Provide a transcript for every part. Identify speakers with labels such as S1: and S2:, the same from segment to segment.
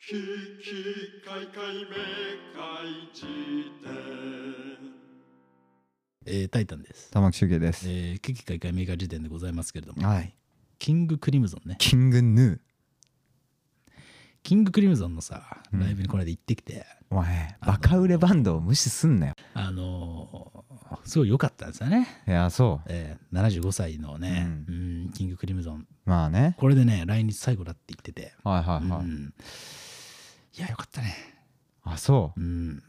S1: ききかいかいめかいじ
S2: えータイタンです。
S3: 玉木周慶です、
S2: えー、危機開会メーカー時点でございますけれども、
S3: はい
S2: キングクリムゾンね。
S3: キングヌ
S2: キングクリムゾンのさ、
S3: うん
S2: ライブにこの間行ってきて、
S3: ーお前バカ売れバンドを無視すんなよ
S2: あのーすごい良かったんですよね。
S3: いやそ
S2: えー、75歳のね、う、
S3: うん
S2: キングクリムゾン。
S3: うまあね
S2: これでね、来日最後だって言ってて。
S3: はいはいはい、
S2: うん、いや、良かったね。
S3: あそう
S2: うん。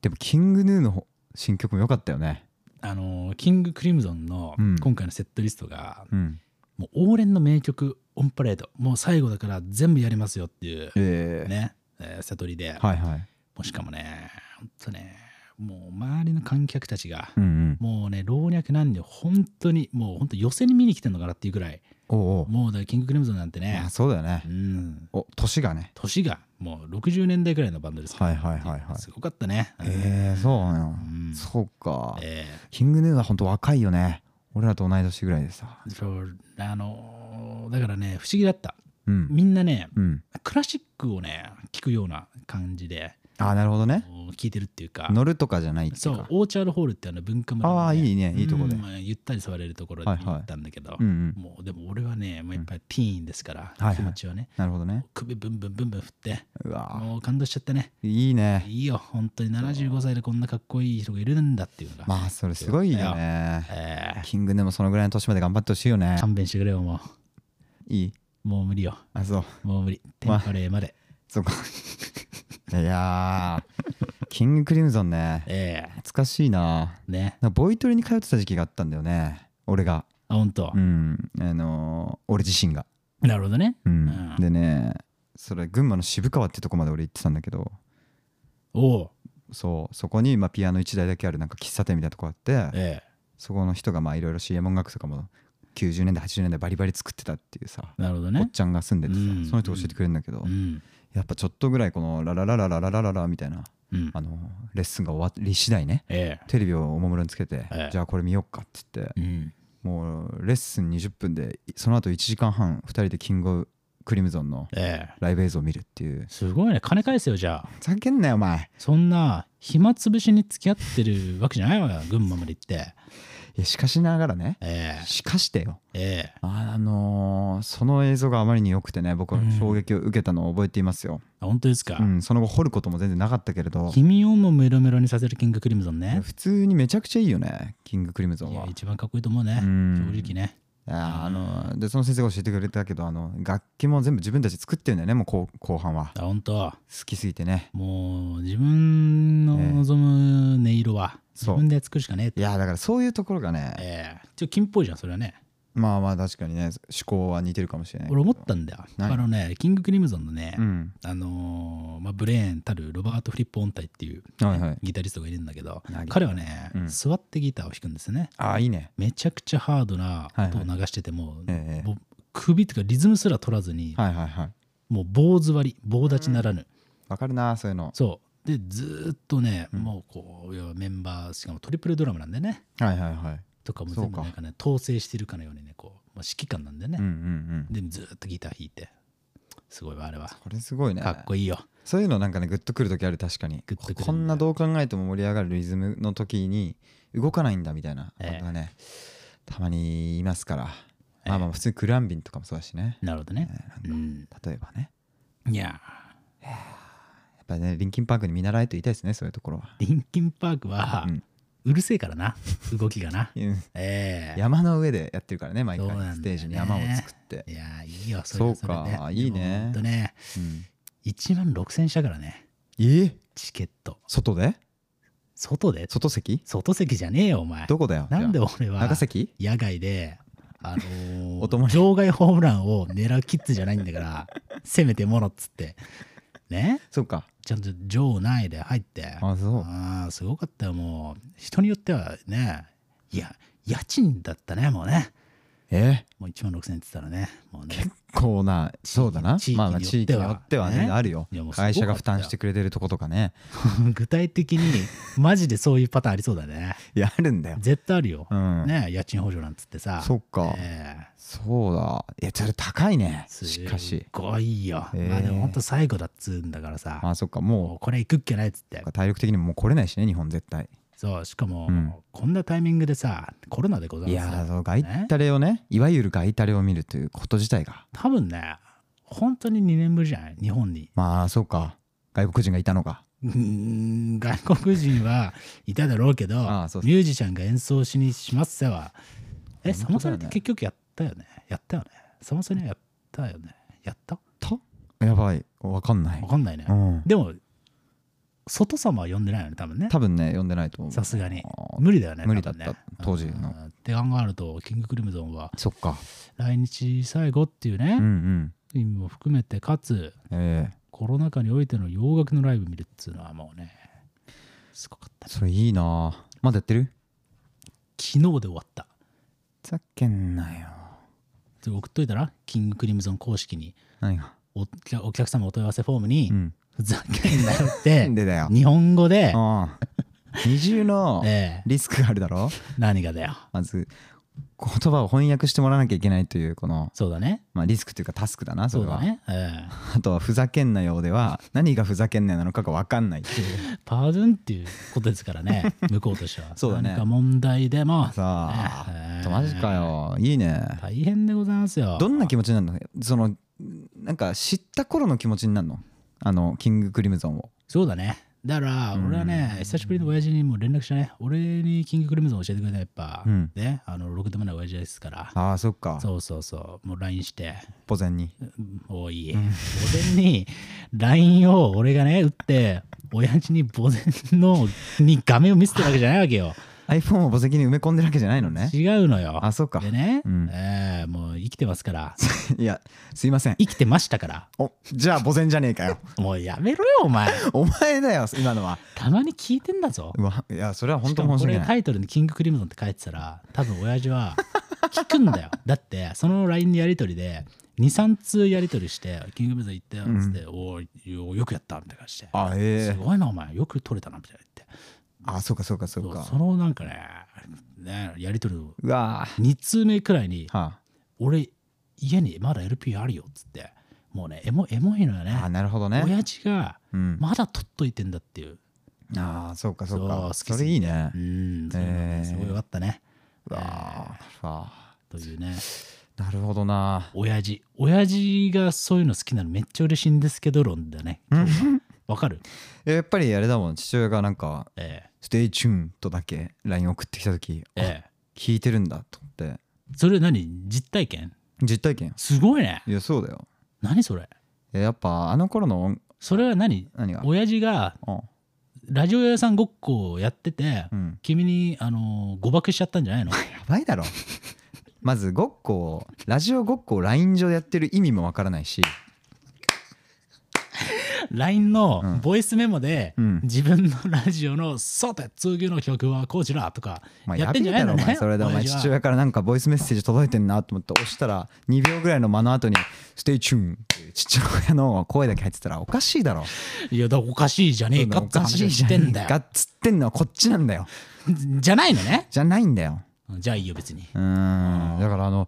S3: でもキングヌーの方新曲も良かったよね
S2: あのーキングクリムゾンの
S3: うん
S2: 今回のセットリストが、
S3: うん
S2: もう往年の名曲オンパレード、もう最後だから全部やりますよっていう
S3: ええ
S2: ね、えー、悟りで。
S3: はいはい
S2: もうしかもね、ほんとね、もう周りの観客たちが、
S3: うんうん
S2: もうね、老若男女、本当に、もう本当寄せに見に来てんのかなっていうくらい、
S3: おうおう
S2: もうだからキングクリムゾンなんてね
S3: あ、そうだよね
S2: うん、
S3: お年がね
S2: 年がもう60年代くらいのバンドですから
S3: はいはいはいはい
S2: すごかったね。
S3: ええそうなの
S2: うん
S3: そうか
S2: え
S3: キングヌーは本当若いよね俺らと同い年ぐらいでさ
S2: ーそうあのーだからね、不思議だった。
S3: うん
S2: みんなね、
S3: うん
S2: クラシックをね、聞くような感じで、
S3: あなるほどね
S2: こう聞いてるっていうか、
S3: 乗るとかじゃないって
S2: そ
S3: いう
S2: う
S3: か、
S2: オーチャードホールってあの文化村の
S3: ああいいねいいとこで
S2: うんゆったり座れるところに
S3: はいはい
S2: 行ったんだけど、
S3: うんうん
S2: もうでも俺はね、まあ、やっぱりティーンですから、
S3: はいはい
S2: 気持ちはね、
S3: なるほどね
S2: 首ブンブンブンブン振って、
S3: うわ
S2: もう感動しちゃってね、
S3: いいね
S2: いいよ、本当に75歳でこんなかっこいい人がいるんだっていうのが、
S3: まあそれすごいよね
S2: え
S3: キングでもそのぐらいの年まで頑張ってほしいよね
S2: ー勘弁してくれよ、も、
S3: いいう
S2: もう無理よ、
S3: あそう
S2: もう無理、テ
S3: まあ
S2: ンパレーまで、
S3: そうか いやーキングクリムゾンね
S2: え
S3: 懐かしいな
S2: ー、ね、
S3: なんかボイトレに通ってた時期があったんだよね俺が
S2: あ、本当
S3: う、んあのー俺自身が
S2: なるほどね、
S3: う
S2: う
S3: ん、
S2: ん
S3: でねそれ群馬の渋川ってとこまで俺行ってたんだけど
S2: おう、
S3: そうそこにまあピアノ1台だけあるなんか喫茶店みたいなとこあって
S2: え
S3: そこの人がまあいろいろ CM 音楽とかも90年代80年代バリバリ作ってたっていうさ
S2: ー、なるほど
S3: おっ
S2: ね、
S3: ちゃんが住んでてさ
S2: うん
S3: その人教えてくれるんだけど
S2: うん、
S3: やっぱちょっとぐらいこの「ラララララララララ」みたいな
S2: うん
S3: あ、のレッスンが終わり次第ね
S2: え
S3: テレビをおもむろにつけて
S2: ええ
S3: じゃあこれ見よっかって言って
S2: ー、うん、
S3: もうレッスン20分でその後1時間半2人でキングクリムゾンの
S2: えー、
S3: ライブ映像を見るっていう
S2: すごいね、金返せよ、じゃあ。
S3: ふざけんなよお前
S2: そんな暇つぶしに付き合ってるわけじゃないわよ群馬まで行って
S3: いやしかしながらね
S2: ええ
S3: しかしてよ
S2: ええ
S3: あのーその映像があまりに良くてね僕は衝撃を受けたのを覚えていますよ、
S2: あ本当ですか、
S3: うん、その後掘ることも全然なかったけれど
S2: 君をもメロメロにさせるキングクリムゾンね
S3: 普通にめちゃくちゃいいよねキングクリムゾ
S2: い
S3: ン
S2: や
S3: は
S2: 一番かっこいいと思うね
S3: うん
S2: 正直ね
S3: あーあのでその先生が教えてくれたけどあの楽器も全部自分たちで作ってるんだよねもう後後半は
S2: あ本当
S3: 好きすぎてね
S2: もう自分の望む音色は自
S3: そう
S2: 分で作るしかねえって
S3: いやだからそういうところがね
S2: ええちょっと金っぽいじゃんそれはね
S3: まあまあ確かにね思考は似てるかもしれないけど
S2: 俺思ったんだよあ
S3: 何
S2: のねキングクリムゾンのね、
S3: うん
S2: あのーまあ、ブレーンたるロバート・フリップ音体っていう、
S3: はいはい
S2: ギタリストがいるんだけど
S3: なぎ
S2: 彼はね、
S3: うん
S2: 座ってギターを弾くんですよね
S3: ああいいね
S2: めちゃくちゃハードな
S3: はいはい
S2: 音を流してても、
S3: ええ
S2: もう首とかリズムすら取らずに、
S3: はいはいはい
S2: もう棒座り棒立ちならぬ、
S3: わかるなそういうの
S2: そうでずーっとね、
S3: うん
S2: もうこう要はメンバーしかもトリプルドラムなんでね
S3: はいはいはい
S2: とかも全部
S3: そうか
S2: なんかね統制してるかのようにねこう、まあ、指揮官なんでね
S3: うん、うんうん
S2: でずーっとギター弾いてすごいわあれは
S3: これすごいね
S2: かっこいいよ、
S3: そういうのなんかねグッとくる時ある確かに
S2: グッとくるんだ
S3: こんなどう考えても盛り上がるリズムの時に動かないんだみたいなことがね、たまにいますから、
S2: ええ
S3: まあまあ普通にクランビンとかもそうだしね、
S2: なるほどね
S3: え、
S2: う
S3: えなんか
S2: ん
S3: 例えばね
S2: いや
S3: やっぱねリンキンパークに見習えと言いたいですねそういうところは、
S2: ーリンキンパークは、
S3: う
S2: うんるせえからな動きがな
S3: うん
S2: ええ
S3: 山の上でやってるからね毎回
S2: そうなんだよね
S3: ステージに山を作って、
S2: いやーいいよそれはそれで
S3: そうかいいね
S2: ほんとね
S3: うん
S2: 1万6000したからね
S3: ええ
S2: チケット
S3: 外で
S2: 外で
S3: 外席
S2: 外席じゃねえよお前
S3: どこだよ
S2: なんで
S3: じゃ
S2: 俺
S3: あ
S2: は
S3: 長崎
S2: 野外であの
S3: お泊
S2: ー、
S3: まり
S2: 場外ホームランを狙うキッズじゃないんだから せめてものっつってね
S3: そうか
S2: ちゃんと場内で入って
S3: あそう
S2: あーすごかったよもう人によってはねいや家賃だったねもうね
S3: え
S2: もう1万6000円って言ったらね、もうね、
S3: こうなそうだな
S2: 地域
S3: まあまあ地域によってはね
S2: ね
S3: あるよ
S2: いやもうすごかっ
S3: 会
S2: たよ
S3: 社が負担してくれてるとことかね
S2: 具体的に、マジでそういうパターンありそうだね。
S3: いやあるんだよ
S2: 絶対あるよ
S3: う。ん
S2: ね家賃補助なんつってさ。
S3: そっか
S2: ええ
S3: そうだいやそれ高いね
S2: す
S3: しかし
S2: ごいよ。
S3: ええ
S2: まあでも本当最後だっつうんだからさ、
S3: まあそっか
S2: もう
S3: も
S2: これ行くっけないっつって
S3: う。体力的にももう来れないしね日本絶対
S2: そう、しかも、
S3: うん
S2: こんなタイミングでさ、コロナでござ
S3: い
S2: い
S3: や
S2: ま
S3: ー
S2: す。
S3: そのガイタレをねいわゆるガイタレを見るということ自体が
S2: 多分ね、本当に2年ぶりじゃない日本に。
S3: まあそうか外国人がいたのか
S2: うーん外国人はいただろうけど
S3: ああそうそう
S2: ミュージシャンが演奏しにしますせはえサ
S3: 本
S2: マ
S3: 当
S2: ソ
S3: だよね
S2: ニって結局やったよねやったよねサマソニはやったよねやった
S3: とやばいわかんない
S2: わかんないね
S3: うん
S2: でも外様は呼んでないよね多分ね
S3: 多分ね読んでないと思う
S2: さすがに
S3: あー
S2: 無理だよね
S3: 無理だっ
S2: 多
S3: た
S2: 分ね
S3: 当時の
S2: うんって考えるとキングクリムゾンは
S3: そっか
S2: 来日最後っていう
S3: うんう
S2: ね
S3: ん
S2: 意味も含めてかつ
S3: ええ
S2: コロナ禍においての洋楽のライブ見るっつうのはもうねすごかった
S3: それいいなまだやってる
S2: 昨日で終わった
S3: ざけんなよ
S2: で送っといたらキングクリムゾン公式に
S3: 何が
S2: おお客様お問い合わせフォームに
S3: うん
S2: 「ふざけんなよ」って
S3: なんでだよ
S2: 日本語で
S3: ああ二重の
S2: ええ
S3: リスクがあるだろ
S2: 何がだよ
S3: まず言葉を翻訳してもらわなきゃいけないというこの、
S2: そうだね
S3: まあ、リスクというかタスクだな
S2: そ
S3: それ
S2: うだ
S3: は、
S2: ね、え
S3: あとは「ふざけんなよ」では何がふざけんなよなのかが分かんないっていう
S2: えパードゥンっていうことですからね向こうとしては
S3: そうだね
S2: 何か問題でも
S3: さ
S2: ええ
S3: あとマジかよいいね
S2: 大変でございますよ
S3: どんな気持ちになるのそのなんか知った頃の気持ちになるのあのキングクリムゾンを
S2: そうだねだから俺はね久しぶりの親父にもう連絡したね俺にキングクリムゾン教えてくれたやっぱ、
S3: うん
S2: ねあのろくでもない親父ですから
S3: ああそっか
S2: そうそうそうもう LINE して
S3: 保全に
S2: おい、俺に LINE を俺がね、打って、親父に墓前のに画面を見せてるわけじゃないわけよ。
S3: iPhone を墓石に埋め込んでるわけじゃないのね
S2: 違うのよ。
S3: あそうか
S2: でね、
S3: うん
S2: えーもう生きてますから、
S3: いやすいません
S2: 生きてましたから、
S3: おじゃあ墓前じゃねえ かよ
S2: もうやめろよ、お前。
S3: お前だよ今のは
S2: たまに聞いてんだぞ。
S3: うわいやそれは本当
S2: しかも
S3: 申
S2: こ
S3: し訳
S2: れ
S3: な
S2: タ
S3: い
S2: イトルにキングクリムゾンって書いてたら、多分親父は聞くんだよ。 だって、その LINE のやりとりで、2、3通やりとりして、キングクリムゾン行ったよっつって、おーよよくやったみたいな感じで。
S3: あえ
S2: す
S3: え
S2: ごいな、お前。よく取れたな、みたいな言って。
S3: あそうかそうかそう
S2: そう
S3: か
S2: そのなんかねねやり取りを
S3: うわ
S2: 2通目くらいに
S3: ーは
S2: 「俺家にまだ LP あるよ」っつってもうねエモエモいのよ
S3: ああ
S2: ね
S3: なるほどね
S2: 親父が
S3: うん
S2: まだ取っといてんだっていう
S3: ああそうかそう
S2: そう
S3: か
S2: 好きすぎて
S3: それいいね
S2: うんそういうのね
S3: えー
S2: すごいよかったね
S3: うわーわ
S2: というね
S3: ーなるほどな
S2: 親父親父がそういうの好きなのめっちゃ嬉しいんですけど論だね今日はわかる
S3: やっぱりあれだもん父親がなんか
S2: え
S3: 「ステイチューン」とだけ LINE 送ってきた時
S2: えええ
S3: 聞いてるんだと思って
S2: それ何実体験
S3: 実体験
S2: すごいね
S3: いやそうだよ
S2: 何それ
S3: いややっぱあの頃の音
S2: それは何
S3: 何が
S2: 親父が
S3: うん
S2: ラジオ屋さんごっこをやってて、
S3: うん
S2: 君に、あのー誤爆しちゃったんじゃないの
S3: やばいだろまずごっこをラジオごっこを LINE 上でやってる意味もわからないし
S2: ?LINE
S3: う
S2: の
S3: ん
S2: ボイスメモで、
S3: うん
S2: 自分のラジオの「そうだ通級の曲はこちら」とか
S3: まあ
S2: や
S3: や
S2: って
S3: べ
S2: んじ
S3: え
S2: ゃない
S3: だろ
S2: のね
S3: お前それでお前
S2: 親父は
S3: 父親からなんかボイスメッセージ届いてんなと思って押したら2秒ぐらいの間の後に「ステイチューン」っていう父親の声だけ入ってたらおかしいだろ
S2: いやだからおかしいじゃねえか
S3: お
S2: って
S3: かし
S2: 話
S3: い
S2: を
S3: じ
S2: し
S3: ゃ
S2: てん
S3: ん
S2: だ
S3: か
S2: よ
S3: っつってんのはこっちなんだよ
S2: じゃないのね
S3: じゃないんだよ
S2: じゃあいいよ別に
S3: うーんだからあの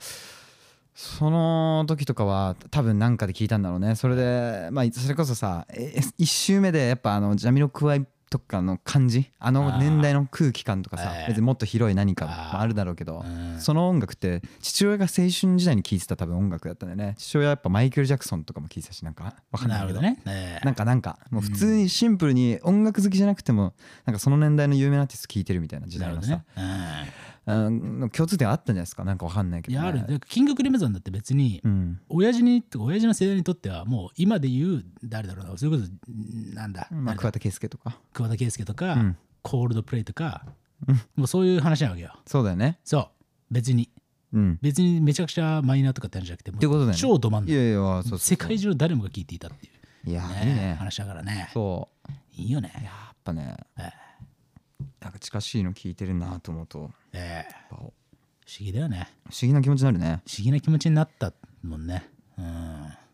S3: その時とかは多分なんかで聞いたんだろうねそれでまあそれこそさ1周目でやっぱあのジャミロクワイとかの感じあ
S2: あー
S3: の年代の空気感とかさ
S2: ええ
S3: 別にもっと広い何か
S2: あー
S3: まああるだろうけど
S2: うん
S3: その音楽って父親が青春時代に聴いてた多分音楽だったんだよね父親はやっぱマイケル・ジャクソンとかも聴いてたしなんかわかん
S2: な
S3: ない
S2: る
S3: け
S2: ほ
S3: ど
S2: どね、ええ
S3: なんかなんかもう普通にシンプルに音楽好きじゃなくてもなんかその年代の有名なアーティスト聴いてるみたいな時
S2: な
S3: 代
S2: るほ
S3: の
S2: ど
S3: さ
S2: ね、うん
S3: うんの共通点あったんじゃないですかなんかわかんないけ
S2: い
S3: ど、ね、
S2: やあるだからキングクリムゾンだって別に、
S3: うん
S2: 親父にとか親父の世代にとってはもう今で言う誰だろうなそれこそんなんだ、
S3: まあ、
S2: 誰だ
S3: 桑田佳祐とか
S2: 桑田佳祐とか、
S3: うん
S2: コールドプレイとか、
S3: うん
S2: もうそういう話なわけよ
S3: そうだよね
S2: そう別に
S3: うん
S2: 別にめちゃくちゃマイナーとかって話じゃなくてもう
S3: ってことだよね
S2: 超ど真ん
S3: い
S2: 中
S3: やいやそうそう
S2: 世界中の誰もが聞いていたっていう、
S3: いやいい
S2: ね
S3: ね
S2: 話だからね
S3: そう
S2: いいよ
S3: や
S2: ね
S3: っぱね
S2: え
S3: なんか近しいの聞いてるなと思うと
S2: ええ
S3: やっぱ
S2: 議だよね
S3: 不思議な気持ちになるね
S2: 不思議な気持ちになったもんねうん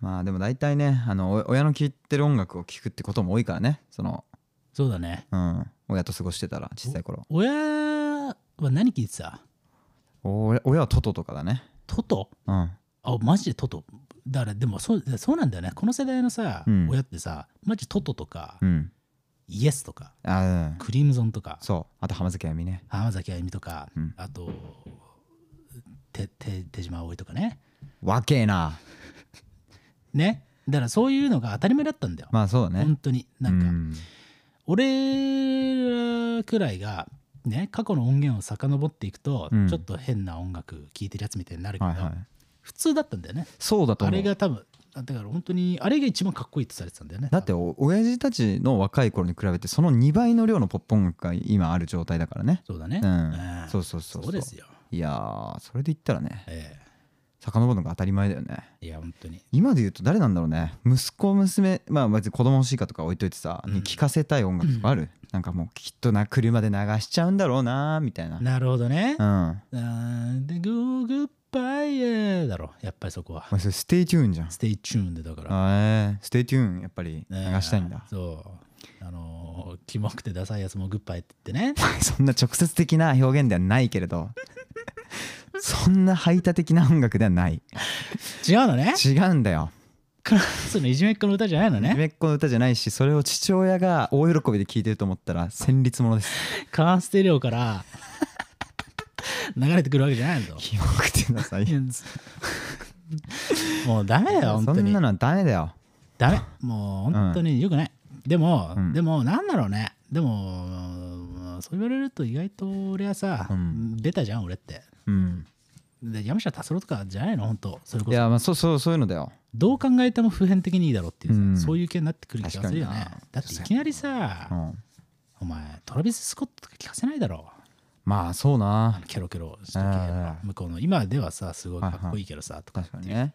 S3: まあでも大体ねあのお親の聴いてる音楽を聴くってことも多いからねその、
S2: そうだね
S3: うん、親と過ごしてたら小さい頃
S2: 親は何聞いてた
S3: お親親はトトとかだね
S2: トト
S3: うん
S2: あマジでトトだからでもそうそうなんだよねこの世代のさ、
S3: うん
S2: 親ってさマジトトとか、
S3: うん
S2: イエスとか
S3: あうん
S2: クリムゾンとか
S3: そうあと浜崎あゆみね
S2: 浜崎あゆみとか、
S3: うん
S2: あとてて手島葵とかね
S3: わけえな
S2: ねだからそういうのが当たり前だったんだよ、
S3: まあそうだね
S2: 本当になんか、
S3: うん
S2: 俺らくらいがね過去の音源を遡っていくと、
S3: うん
S2: ちょっと変な音楽聴いてるやつみたいになるけど、
S3: はいはい
S2: 普通だったんだよね
S3: そうだと
S2: あ
S3: 思
S2: れ
S3: う
S2: が多分だから本当にあれが一番かっこいいってされてたんだよね
S3: だってお親父たちの若い頃に比べてその2倍の量のポップ音楽が今ある状態だからね
S2: そうだね、
S3: うんそううそうそう
S2: そうですよ
S3: いやーそれで言ったらね
S2: え
S3: 遡るのが当たり前だよね
S2: えいや本当に
S3: 今で言うと誰なんだろうね息子娘まあ別に子供欲しいかとか置いといてさ、
S2: うん
S3: 聞かせたい音楽とかある、なんかもうきっとな車で流しちゃうんだろうなみたいな
S2: なるほどね、
S3: うん
S2: うん、でグーグッバイエーだろやっぱりそこは
S3: お前それステイチューンじゃん
S2: ステイチューンでだから、
S3: あえーステイチューンやっぱり流
S2: ねえ
S3: したいんだ、
S2: そうあのーキモくてダサいやつもグッバイって言ってね
S3: そんな直接的な表現ではないけれど そんな排他的な音楽ではない
S2: 違うの ね
S3: 違うんだよ
S2: クラスのいじめっ子の歌じゃないのね
S3: 夢っ子の歌じゃないしそれを父親が大喜びで聴いてると思ったら戦慄ものです
S2: カーステレオから流れてくるわけじゃないの
S3: キモくてな さい
S2: もうダメだよ本
S3: そ
S2: 当
S3: ん
S2: に
S3: なのはダメだよ
S2: ダメもう本当によくない、でも、
S3: うん
S2: でもなんだろうねでもそう言われると意外と俺はさ、
S3: うん
S2: ベタじゃん俺って
S3: うん
S2: で山下達郎とかじゃないの本当それこ
S3: い
S2: そ
S3: やまあそうそうそういうのだよ
S2: どう考えても普遍的にいいだろうっていうさ、
S3: うん
S2: そういう系になってくる気がするよね
S3: 確かにな
S2: だっていきなりさ、
S3: うん
S2: お前トラビス・スコットとか聞かせないだろ
S3: まあそうな
S2: ケロケロした系の
S3: う
S2: 向こうの今ではさすごいかっこいいけどさとか
S3: 確かにね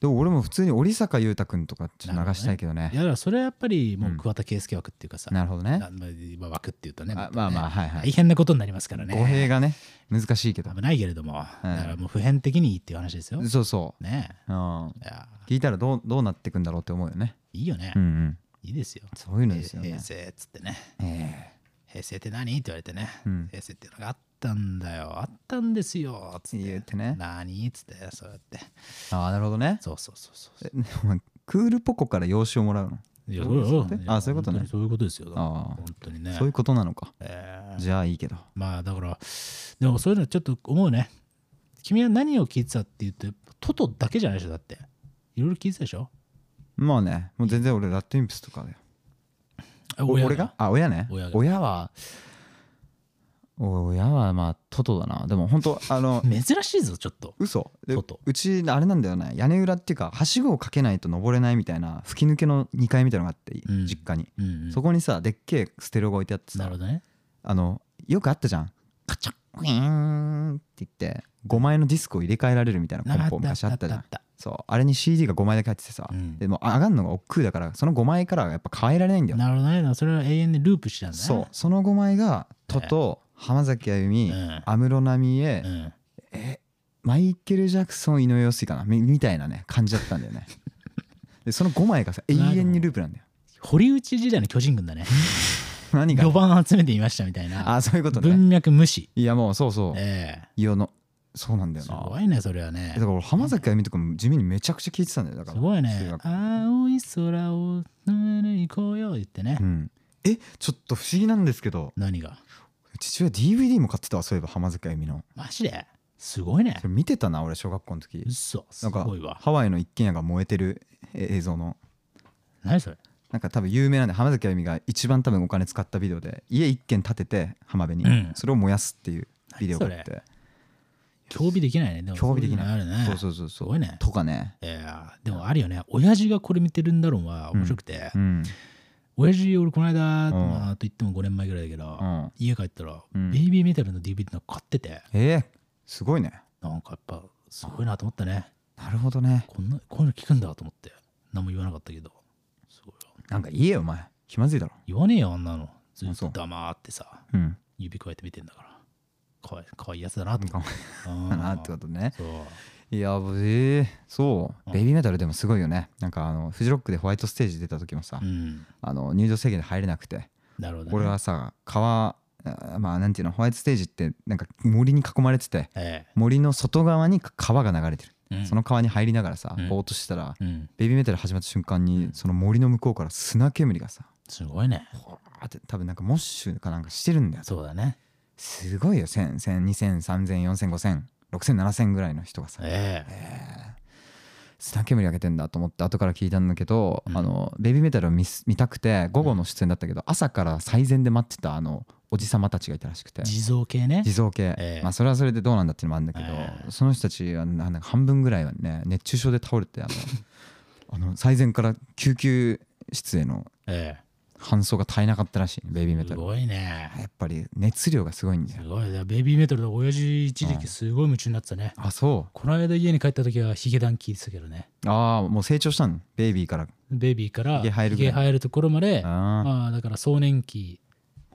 S3: でも俺も普通に織坂裕太君とかちょっと流したいけどね
S2: いやだからそれはやっぱりもう桑田佳祐枠っていうかさ、
S3: なるほどね
S2: なまあ今枠っていうとね
S3: あ
S2: ま
S3: ま
S2: あ
S3: あ
S2: ま
S3: ま
S2: あ
S3: あはいはい
S2: 大変なことになりますから
S3: 語
S2: ね
S3: 弊がね難しいけど
S2: 危ないけれども、
S3: うん
S2: だからもう普遍的にいいっていう話ですよ、
S3: そうそ
S2: ね
S3: ううん
S2: えいや
S3: 聞いたらどうどうなってくんだろうって思うよね
S2: いいよね、
S3: うんうん
S2: いいですよ
S3: そういうのですよ
S2: 平
S3: ね
S2: 成っつってね
S3: え
S2: 平成って何って言われてね、
S3: うん
S2: 平成っていうのがあったんだよあったんですよつ
S3: え
S2: って
S3: 言ってね
S2: 何っつってそうやって
S3: ああなるほどね
S2: そうそうそうそう
S3: えお前クールポコから養子をもらうの
S2: いや
S3: どういうこと
S2: や
S3: あそういうことね
S2: 本当にそういうことですよ。
S3: ああ
S2: 本当にね。
S3: そういうことなのか
S2: えー
S3: じゃあいいけど
S2: まあだから、でもそういうのちょっと思うね。君は何を聞いてたって言って、トトだけじゃないでしょ、だって。いろいろ聞いてたでしょ
S3: まあねもう全然俺ラッドインプスとかだよ
S2: あ
S3: お
S2: 親
S3: 俺があ親ね
S2: 親が
S3: 親はお親はまあトトだなでも本当あ の
S2: 珍しいぞ、ちょっと。
S3: 嘘で
S2: トト
S3: うちあれなんだよね屋根裏っていうかはしごをかけないと登れないみたいな吹き抜けの2階みたいなのがあって、
S2: うん
S3: 実家に、
S2: うんうん、
S3: そこにさでっけえステレオが置いてあって
S2: な
S3: さ
S2: るほどね。
S3: あのよくあったじゃんカチャッウィーンって言って5枚のディスクを入れ替えられるみたいなコンポ昔あったじゃん
S2: た。
S3: そうあれに CD が5枚だけ入っててさ、
S2: うん
S3: でも上がるのが億劫だからその5枚からはやっぱ変えられないんだよ
S2: なるほどね。それは永遠にループしてたんだね。
S3: そうその5枚がトト、浜崎あゆみ
S2: うん
S3: 安室奈美恵、
S2: うん。
S3: マイケル・ジャクソン井上陽水かなみみたいなね感じだったんだ よねでその5枚がさ永遠にループなんだよ
S2: 堀内時代の巨人軍だ ね。
S3: 何が
S2: 4番集めてみましたみたいな。
S3: あそういうことね
S2: 文脈無視。
S3: いやもうそうそう、
S2: ええ
S3: いやのそうなんだよ
S2: す
S3: な
S2: ごいね、それはね
S3: だ。から俺浜崎あゆみとかも地味にめちゃくちゃ聴いてたんだよだから
S2: すごい
S3: 中
S2: ね
S3: 学。
S2: 青い空を飲みに行こうよ言ってね。
S3: うんえちょっと不思議なんですけど
S2: 何が
S3: 父親 DVD も買ってたわそういえば浜崎あゆみの
S2: マジですごいね
S3: そ。れ見てたな俺小学校の時
S2: 嘘す
S3: なんか
S2: ごいわ。
S3: ハワイの一軒家が燃えてるえ映像の
S2: 何それ
S3: なんか多分有名なんで浜崎あゆみが一番多分お金使ったビデオで家一軒建てて浜辺に、
S2: うん
S3: それを燃やすっていうビデオがあっ
S2: 何そ
S3: て
S2: 興味できないね。でも
S3: 興味できない
S2: そううのあるね。
S3: そうそうそうそう
S2: すごいね
S3: とかね
S2: いやーでもあるよね。親父がこれ見てるんだろうは面白くて
S3: う。ん
S2: 親父、俺この間、
S3: ん
S2: まあと言っても5年前ぐらいだけど
S3: う、ん
S2: 家帰ったら、
S3: うん
S2: ベイビーメタルの DVD の買ってて、
S3: えー、すごいね
S2: なんかやっぱすごいなと思ったね。
S3: なるほどね
S2: こんな、こういうの聞くんだと思って。何も言わなかったけど。すごいわ
S3: なんか言えよお前気まずいだろ
S2: 言わねえよ、あんなの。ずっ
S3: あそ
S2: と
S3: う
S2: 黙ってさ。
S3: うん
S2: 指くわえて見てんだからかわいかわいいやつだなと
S3: かわ
S2: うん
S3: かなってことね
S2: そう
S3: いやぶえーそう
S2: うん
S3: ベイビーメタルでもすごいよねなんかあのフジロックでホワイトステージ出た時もさ、
S2: うん
S3: あの入場制限で入れなくて
S2: なるほど、ね、
S3: 俺はさ川あまあなんていうのホワイトステージってなんか森に囲まれてて
S2: え
S3: 森の外側に川が流れてる、
S2: え、うん、
S3: その川に入りながらさ
S2: うん
S3: ぼーっとしてたら、
S2: うん
S3: ベイビーメタル始まった瞬間にその森の向こうから砂煙がさ
S2: すごいね
S3: ほわーって多分なんかモッシュかなんかしてるんだよ
S2: そうだね
S3: すごいよ1000 1000 2000 3000 4000 5000 6000 7000ぐらいの人がさ
S2: ええ
S3: 砂煙上げてんだと思って後から聞いたんだけど、
S2: うん
S3: あのベビーメタルを見す見たくて午後の出演だったけど、朝から最前で待ってたあのおじさまたちがいたらしくて
S2: 地蔵系ね
S3: 地蔵系、
S2: ええ
S3: まあ、それはそれでどうなんだっていうのもあるんだけど、
S2: ええ
S3: その人たちはなんか半分ぐらいはね熱中症で倒れてあのあの最前から救急室への
S2: え
S3: 搬送が絶えなかったらしいベイビー
S2: え
S3: メ
S2: す
S3: タル
S2: ごいね
S3: やっぱり熱量がすごいんだ
S2: す
S3: よ
S2: ごいねベイビーメタルで親父一時
S3: うん
S2: 期すごい夢中になってたね、
S3: あそ
S2: この間家に帰った時はヒゲダン聞いてたけどね
S3: うああもう成長したのベイビーから
S2: ベイビーから
S3: ヒゲ生えるぐらい
S2: ヒゲ生えるところまで
S3: あ
S2: まあだから壮年期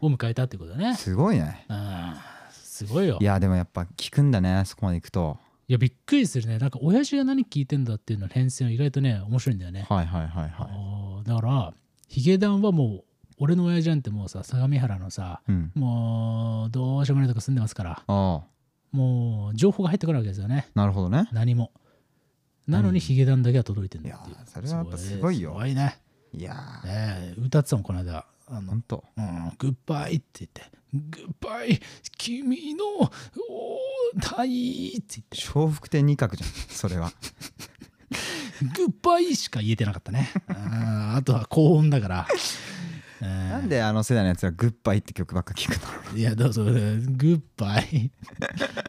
S2: を迎えたってことだ
S3: あ
S2: ね
S3: すごいね
S2: うんすごいよ
S3: いやでもやっぱ効くんだねそこまでいくと
S2: いやびっくりするねなんか親父が何聞いてんだっていうのの変遷は意外とね面白いんだよね、
S3: はいはいはいは
S2: おーだからヒゲダンはもう俺の親父なんてもうさ相模原のさ
S3: いうん
S2: もうどうしようもないとこ住んでますから
S3: あ
S2: もう情報が入ってこないわけですよね
S3: あなるほどね
S2: 何もなのにヒゲダンだけは届いてるんだっていう
S3: いやーそれはやっぱすごいよ
S2: すごいね
S3: いや
S2: ねえ歌ってたもんこの間あの
S3: ほんと
S2: うん、グッバイって言って、グッバイ、君の、おー、たいって
S3: 笑福亭二角じゃんそれ は
S2: 言って、グッバイしか言えてなかったね。あーあとは高音だから。えー
S3: なんであの世代のやつらグッバイって曲ばっか聞くんだろう
S2: いや、どうぞ、グッバイ。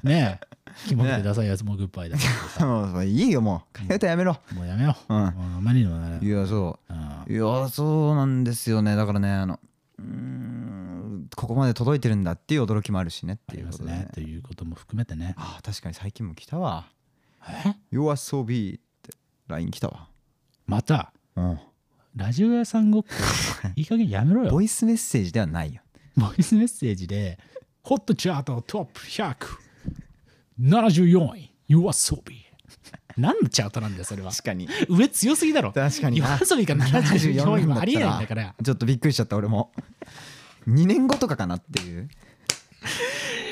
S2: ねえ、キモくてダサいやつもグッバイだけどさ。
S3: もうもういいよもう替え歌やめろ、
S2: もうやめよう。
S3: うん
S2: もうあまりにもならない
S3: いやそ
S2: うん
S3: ういやそうなんですよねだからねあのうーんここまで届いてるんだっていう驚きもあるしねっ
S2: あ
S3: てい
S2: り
S3: う
S2: ま
S3: こ
S2: す
S3: とでね
S2: ね。ということも含めてね。
S3: ああ確かに最近も来たわ
S2: え
S3: You're so be って LINE 来たわ
S2: また、
S3: う
S2: ラジオ屋さん ごっこ、いい加減やめろ
S3: ん
S2: よ
S3: ボ。イスメッセージではないよ
S2: ボイスメッセージで、ホットチャートトップ174位、夜遊び。何のチャートなんだよ、それは。
S3: かに
S2: 上強すぎだろ。
S3: 確かに
S2: 夜
S3: な
S2: 遊びが74位もありえないんだから。
S3: ちょっとびっくりしちゃった俺も2年後とかかなっていう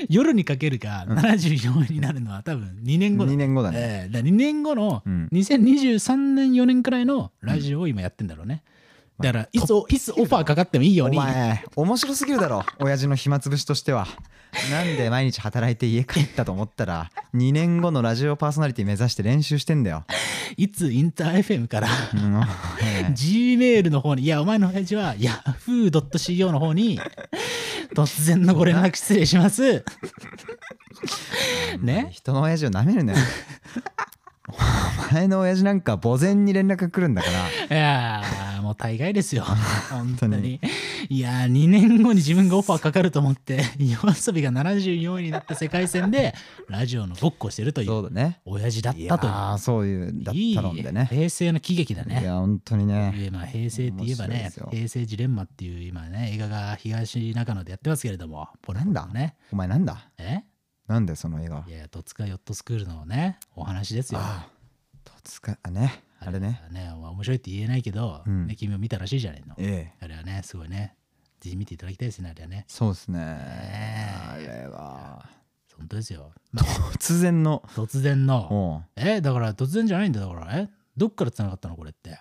S2: 夜にかけるが74位になるのは多分2年後だ。
S3: 2年後だね
S2: ええだ2年後の
S3: うん
S2: 2023年4年くらいのラジオを今やってんだろうね。だからいつおいつオファーかかってもいいよ
S3: お
S2: うに
S3: 前面白すぎるだろ親父の暇つぶしとしてはなんで毎日働いて家帰ったと思ったら2年後のラジオパーソナリティ目指して練習してんだよ、
S2: いつインター FM から
S3: うん
S2: G メールの方に、いや、お前の親父は yahoo.co の方に、突然のご連絡失礼し ます。 ね。
S3: 人の親父を舐めるねお前の親父なんか墓前に連絡が来るんだから
S2: いやーもう大概 ですよ。本当
S3: 当に
S2: に。いやー、2年後に自分がオファーかかると思って、夜遊びが74位になった世界戦で、ラジオのごっこをしてるとい、
S3: そううだね
S2: 親父だっ
S3: い
S2: た
S3: や
S2: という。
S3: ーそういうだったろんで
S2: いい
S3: ね
S2: 平成の喜劇だ
S3: い
S2: ね。
S3: や本当にね
S2: いやまあ平成って言えば
S3: 面白い
S2: ね
S3: ですよ、
S2: 平成ジレンマっていう今ね、映画が東中野でやってますけれども、ポレンコのね。
S3: お前なんだ
S2: え
S3: なんだよその映画
S2: いやいや、戸塚ヨットスクールのね、お話ですよ。
S3: ああ戸塚あねあれね。
S2: ね、まあ面白いって言えないけど、
S3: うん
S2: ね君を見たらしいじゃないの。
S3: ええ
S2: あれはね、すごいね。ぜひ見ていただきたいですね、あれはね。
S3: そうですね
S2: え
S3: あれは
S2: 本当です よ。
S3: 突然の
S2: 突然の。
S3: おう
S2: え、だから突然じゃないんだ、だから。え、どっから繋がったの、これって。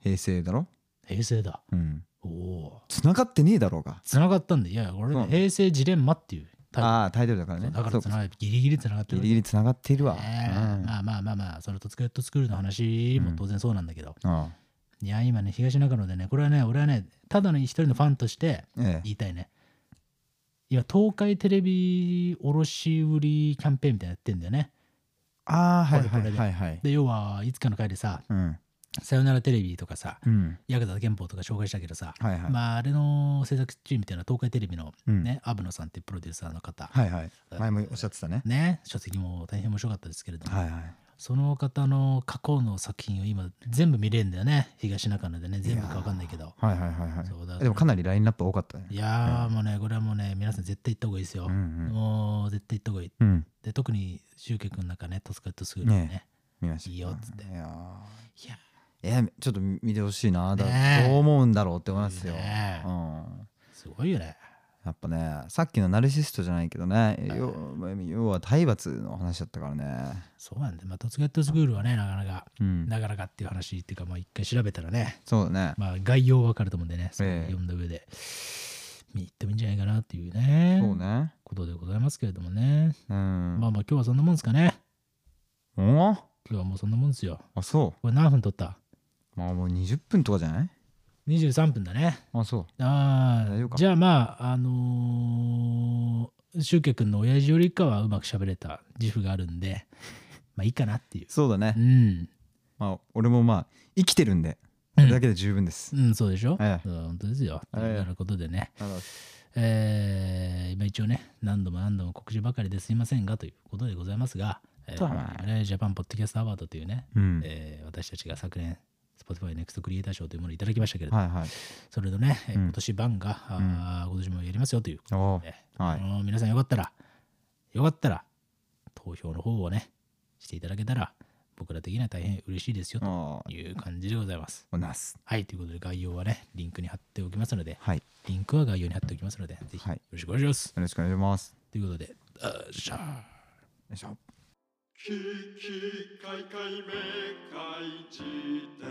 S3: 平成だろ
S2: 平成だ。
S3: うん
S2: おお。
S3: 繋がってねえだろうが
S2: 繋がったんで、いやいや、俺、
S3: そう
S2: 平成ジレンマっていうタイ
S3: ああタイトルだから
S2: プ。
S3: ね
S2: だか
S3: そ
S2: ら
S3: う
S2: 繋がって、ギリギリ繋がって
S3: ギ
S2: る。
S3: リギリ繋がっているわ
S2: ね
S3: うん
S2: まあまあまあまあ、その戸塚ヨットスクールの話も当然そうなんだけど、
S3: ああ
S2: いや、今ね、東中野でね、これはね、俺はね、ただの一人のファンとして
S3: ええ
S2: 言いたいね。今、東海テレビ卸売りキャンペーンみたいなのやってんだよね。
S3: ああはい
S2: こ
S3: は
S2: れこれ
S3: い
S2: で
S3: はいはい
S2: で、要は、いつかの回でさ、
S3: うん
S2: さよならテレビとかさ、
S3: うん
S2: ヤクザ憲法とか紹介したけどさ、
S3: はいはい
S2: まあ、あれの制作チームみたいな東海テレビの
S3: うん
S2: ね、アブノさんっていうプロデューサーの方、
S3: はいはい前もおっしゃってたね
S2: ね、書籍も大変面白かったですけれども、
S3: はいはい
S2: その方の過去の作品を今全部見れるんだよね東中野でね全部か分かんないけど
S3: はいはいはいはい
S2: そうだ
S3: でもかなりラインナップ多かったね
S2: いやーもうねこれはもうね皆さん絶対行った方がいいですよ、
S3: うんうん
S2: もう絶対行った方がいい
S3: うん
S2: で特にシュウケ君なんかねトスカットスクールね
S3: ね見ました
S2: いいよっつって
S3: いやー
S2: いや
S3: えーちょっと見てほしいなだ
S2: ねえ
S3: どう思うんだろうって思いますよ、
S2: ねえ
S3: うん
S2: すごいよね
S3: やっぱねさっきのナルシストじゃないけどね要要は体罰の話だったからね
S2: そうなんだよまあトスカットスクールはねなかなか、
S3: うん
S2: なかなかっていう話っていうかまあ一回調べたらね
S3: そうだね
S2: まあ概要わかると思うんでね、それ
S3: ええ
S2: 読んだ上で見に行ってもいいんじゃないかなっていうね
S3: そうね
S2: ことでございますけれどもね、
S3: うん
S2: まあまあ今日はそんなもんですかね
S3: お
S2: 今日はもうそんなもんですよ
S3: あそ
S2: これ何分撮った
S3: うまあもう20分とかじゃない
S2: 23分だね
S3: あそう
S2: あ
S3: 大丈夫
S2: あ
S3: か
S2: じゃあまああのー、シュウケ君の親父よりかはうまく喋れた自負があるんでまあいいかなっていう
S3: そうだね
S2: うん
S3: まあ俺もまあ生きてるんで
S2: う
S3: そ
S2: ん
S3: れだけで十分です
S2: うんそうでしょ、
S3: ええ
S2: そう本当ですよ、
S3: ええ
S2: というようなことでね
S3: あの
S2: えー、今一応ね何度も何度も告知ばかりですいませんがということでございますが、え
S3: そうだね
S2: ーねジャパンポッドキャストアワードというね、
S3: うん
S2: えー私たちが昨年 Spotify Next クリエイター賞というものをいただきましたけれど、
S3: はいはい
S2: それのね、えー
S3: うん
S2: 今年版が、あー今年もやりますよということ
S3: お
S2: で、
S3: ーは
S2: あ
S3: い
S2: のー皆さんよかったらよかったら投票の方をねしていただけたら僕ら的には大変嬉しいですよ
S3: お
S2: という感じでございます。
S3: おなす
S2: はい、ということで概要はね、リンクに貼っておきますので、
S3: はいよ
S2: リンクは概要に貼っておきますので、ぜひ
S3: はい
S2: よろしくお願いします。
S3: ろしくお願いします
S2: ということで、あっしゃー。
S3: よいしょ
S1: キキカイカイめかいじて